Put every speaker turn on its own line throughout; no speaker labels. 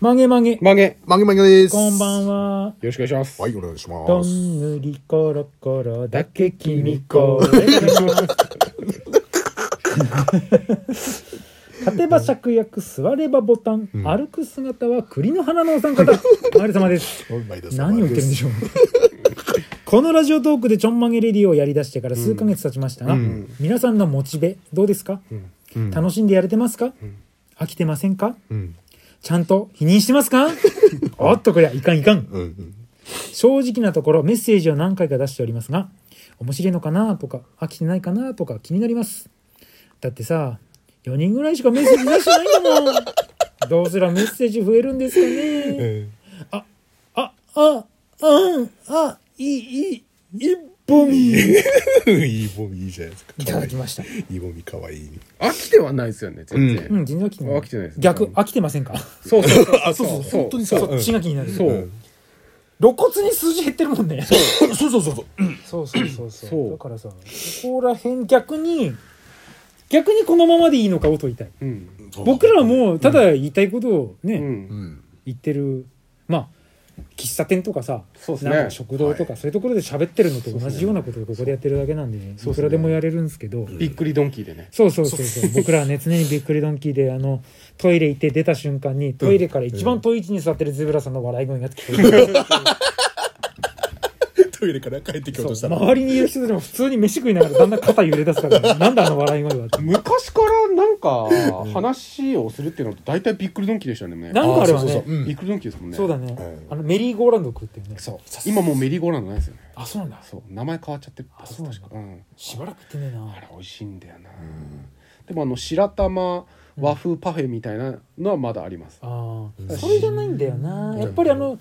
曲げ曲げ。
曲げ。よ
まげまげです。
こんばんは。
ろしくお願いします。
はい、お願いしま
ど
す。
んぐりころころだけ君これ。 立てば芍薬、座ればボタン、歩く姿は栗の花のお三 方。お疲れ様です。何を言ってるんでしょうこのラジオトークでちょんまげレディオをやりだしてから数ヶ月経ちましたが、皆さんのモチベどうですか、楽しんでやれてますか、飽きてませんか、ちゃんと否認してますかおっとこりゃいかんいかん、正直なところメッセージを何回か出しておりますが面白いのかなとか飽きてないかなとか気になりますだってさ4人ぐらいしかメッセージ出してないんだもんどうすらメッセージ増えるんですかね、あ、あ、あ、あ、いい、いい、一本。い
いいボミいいじゃないですか。
ただきました。
いいボミかわいい。
飽きてはないですよね、全然。
うん、全然飽きてない。
飽きてないです
逆、飽きてませんか
そう そうそう。
あ、そうそう、
そう
本当にさ。
そっち
そ
が気になる。
そう。
露骨に数字減ってるもんね。
うそうそうそう。
そうそうそうそう。
そう
だからさ、ここら辺逆に、逆にこのままでいいのかを問いたい。
うん。
僕らはもう、ただ言いたいことをね、
うん。
うん。
言ってる。まあ、喫茶店とかさ、
そうですね
なんか食堂とか、そういうところで喋ってるのと同じようなことをここでやってるだけなんで、いくらでもやれるんですけど、
びっくりドンキーでね。
そうそうそうそう僕らはね常にびっくりドンキーであのトイレ行って出た瞬間にトイレから一番遠い位置に座ってるゼブラさんの笑い声が聞こえる、
トイレから帰ってきようとし
そ
た
う
ら。
周りにいる人でも普通に飯食いながらだんだん肩揺れ出すから、なんだあの笑い声はって
昔からなんか話をするっていうのと大体びっくりドンキーでしたよね。
なんかあれはねそ
そ
うう
そうそううん
びっくりドンキーですもんね。
だ。ね、
うん
あのメリーゴーランド食ってるね
そう。さ
今もうメリーゴーランドないですよね。
あそうなんだ
そう。名前変わっちゃってる。
あそうなんだ
うん。
しばらく食ってねえな
あれ美味しいんだよな。でもあの白玉和風パフェみたいなのはまだあります。
ああそれじゃないんだよなやっぱりあの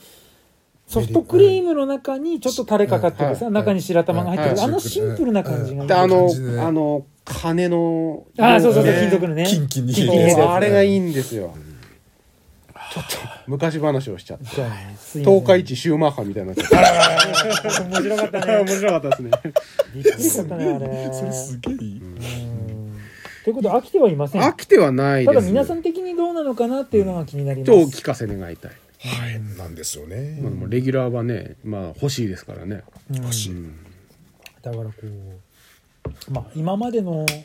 ソフトク
メ
リームの中にちょっとタレかかって
は
て
いは
さ中に白玉が入って
はい
るあのシンプルな感じがいい
であ
いい
の
感じでね
あの鐘の
ああそうそうそう
ね
金属のね
キンキンに
キンキン
冷え
冷え
て
てる
るやつ
そうあれがいいんですよ。ちょっと昔話をしちゃって。
そうねすいません
東海一シューマッハみたいになっちゃった。
面白かった ね
面白かったですね。
びっくりしちゃったねあれ
それすげえいい。
うんということで飽きてはいません
飽きてはないで
た
す。
だ皆さん的にどうなのかなっていうのが気になりま
とお
す
聞かせ願いたい。
はい。なんですよね
まあ。でもレギュラーはね、まあ欲しいですからね。
うん
欲しい。
だからこうまあ今までの流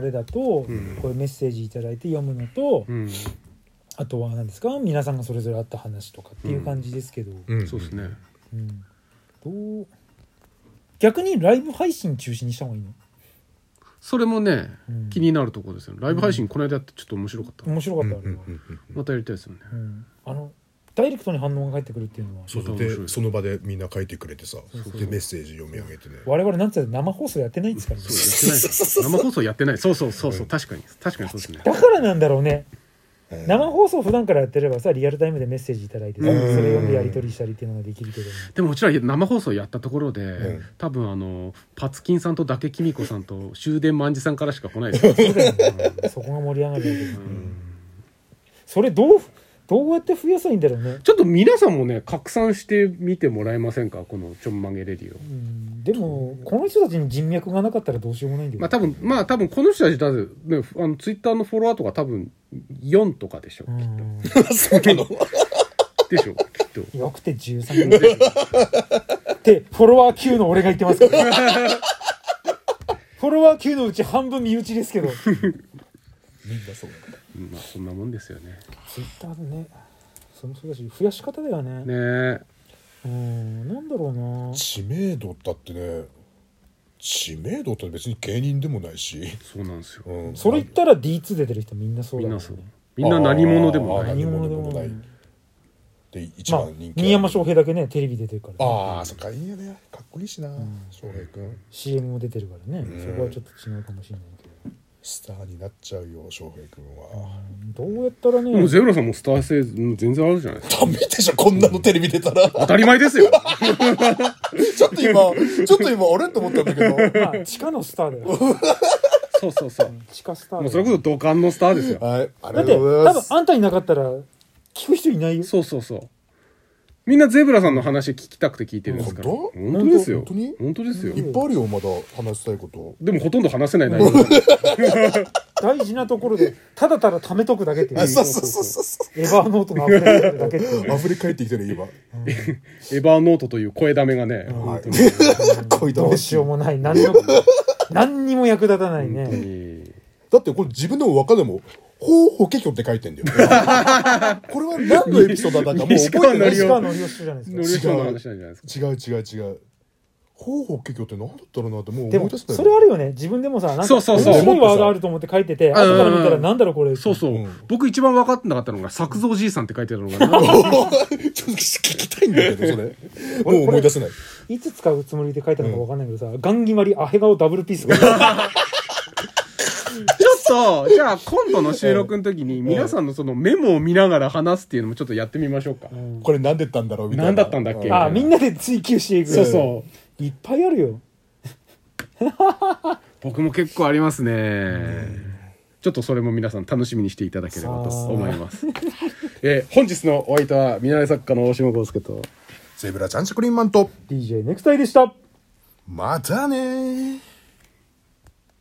れだとこういうメッセージいただいて読むのと
うん。
あとは何ですか皆さんがそれぞれあった話とかっていう感じですけど
うん
そうですね。
うんどう逆にライブ配信中止にした方がいいの
それもね
うん、
気になるところですよ。ライブ配信この間やってちょっと面白かった。
面白か
う
っ
んう
たあ
んう
れは
んうん。
またやりたいですよね。
うんあのダイレクトに反応が返ってくるっていうのは
そうそうでその場でみんな書いてくれてさでメッセージ読み上げてね
我々なんつって生放送やってないんですからね
そうやってないです生放送やってない。そうそうそうそう。確かに確かにそうですね。
だからなんだろうね
うん
生放送普段からやってればさリアルタイムでメッセージいただいてさそ
うん
れ読んでやり取りしたりっていうのができるけども
でもうちら生放送やったところで、
ん
多分あのパツキンさんと伊達公子さんと終電万事さんからしか来ないですよ
そうだよねそこが盛り上がるんだけどそれどうどうやって増やせばいいんだろうね
ちょっと皆さんもね拡散してみてもらえませんかこのちょんまげレディを
うんでもこの人たちに人脈がなかったらどうしようもないんだよ
まあ多分まあ多分この人たちだって、ね、あのツイッターのフォロワーとか多分4とかでしょ、
うん
そうなの
でしょきっと
よくて13人ってフォロワー9の俺が言ってますけ どフォロワー9のうち半分身内ですけど
みんなそうな
うんまあそんなもんですよね
ツイッターねそれもそうだし増やし方だよね
ねえ
うんなんだろうな
知名度だってね知名度って別に芸人でもないし、
そうなんですよ
うん、
それ言ったら D2 出てる人みんなそう
み
だもん
ん
ね
なそうみんな何者でも
あー
ない
何者でもない
で一
まあ
番人気、
新山翔平だけねテレビ出てるから、ね、
ああそっかいいよねかっこいいしな翔平君
CM も出てるからね
ん
そこはちょっと違うかもしれないけど
スターになっちゃうよ翔平君は
どうやったらね
でもゼブラさんもスター性全然あるじゃないですか
ダメでしょこんなのテレビ出た ら
当たり前ですよ
ちょっと今ちょっと今あれと思ったんだけど
まあ地下のスターだよ
そうそうそう
地下スターだよ
もうそれこそ土管のスターですよ
はいあり
だっ
が
て
とうござ
多
いま
分
す
あんたになかったら聞く人いないよ
そうそうそう。みんなゼブラさんの話聞きたくて聞いてるんですから
本
本
当
当ですよ
本当に
本当ですよ
いっぱいあるよまだ話したいこと
でもほとんど話せない内容
大事なところでただただ貯めとくだけっていう
あそうそうそうそうそ
エヴァーノートのアプリやってるだけって いう
う溢れ返ってきてる今
エバーノートという声だめがね、本当に
恋だ
どうしようもない何の何にも役立たない
本当
ね
に
だってこれ自分でも分かんないもん「ほうほけきょ」って書い てんだよこれは何のエピソードだったかもう覚えてない
西川のりお師匠じゃない
ノ
で
リ
すか
ションの話なんじゃないですか。
違う違う違うほうほけきょって何だったろうなってもう
で
思
も
い出した
それあるよね自分でもさなんか
そうそうそう
面白いワードあると思って書いてて後から見たらなんだろうこれ
そうそう、
うん
僕一番分かってなかったのが、作造じいさんって書いてある のが、
ちょっと聞きたいんだけどそれもう思い出せない
いつ使うつもりで書いたのかわかんないけどさガン決まりアヘ顔ダブルピースが
ちょっと、じゃあ今度の収録の時に、皆さんのそのメモを見ながら話すっていうのもちょっとやってみましょうか。
これ何でったんだろうみたいな
何だったんだっけ
あみんなで追求していく
そうそう。
いっぱいあるよ
僕も結構ありますね。ちょっとそれも皆さん楽しみにしていただければと思います。えー本日のお相手は、見習い作家の大島康介と、
ゼブラちゃんチャクリンマンと
DJ ネクタイでした
またねー